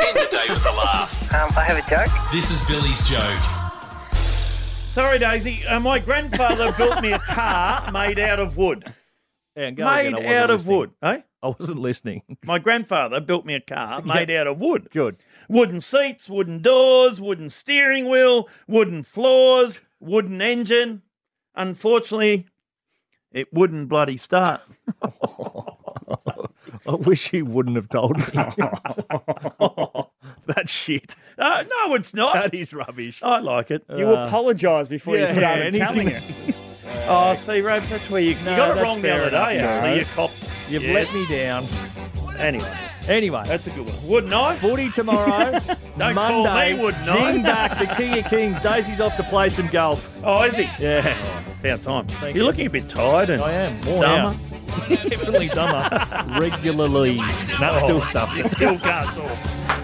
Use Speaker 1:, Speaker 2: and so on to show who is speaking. Speaker 1: End the day with a laugh.
Speaker 2: Um, I have a joke.
Speaker 1: This is Billy's joke.
Speaker 3: Sorry, Daisy. Uh, my grandfather built me a car made out of wood.
Speaker 4: Yeah, go
Speaker 3: Made
Speaker 4: again. I wasn't
Speaker 3: out of
Speaker 4: listening.
Speaker 3: wood. Eh?
Speaker 4: I wasn't listening.
Speaker 3: My grandfather built me a car made out of wood.
Speaker 4: Good.
Speaker 3: Wooden seats, wooden doors, wooden steering wheel, wooden floors, wooden engine. Unfortunately, it wouldn't bloody start.
Speaker 4: I wish you wouldn't have told me. That's shit.
Speaker 3: Uh, no, it's not.
Speaker 4: That is rubbish.
Speaker 3: I like it. Uh,
Speaker 5: You apologised before you
Speaker 4: yeah,
Speaker 5: started
Speaker 4: anything-
Speaker 5: telling it.
Speaker 3: Oh, see, Robes, that's where you,
Speaker 4: No,
Speaker 3: you got it
Speaker 4: that's
Speaker 3: wrong the
Speaker 4: fair
Speaker 3: other day,
Speaker 4: enough.
Speaker 3: actually.
Speaker 4: No.
Speaker 3: You copped.
Speaker 4: You've
Speaker 3: Yes.
Speaker 4: let me down.
Speaker 3: Anyway,
Speaker 4: Anyway,
Speaker 3: that's a good one. Wouldn't I?
Speaker 4: footy tomorrow.
Speaker 3: Don't call me,
Speaker 4: Monday,
Speaker 3: wouldn't I?
Speaker 4: Jing back, the King of Kings. Daisy's off to play some golf.
Speaker 3: Oh, is he? Oh,
Speaker 4: Yeah,
Speaker 3: About time.
Speaker 4: Thank
Speaker 3: You're
Speaker 4: you.
Speaker 3: looking a bit tired and
Speaker 4: I am. More
Speaker 3: dumber.
Speaker 4: Definitely dumber. Regularly. No, still stuffed.
Speaker 3: Still can't talk.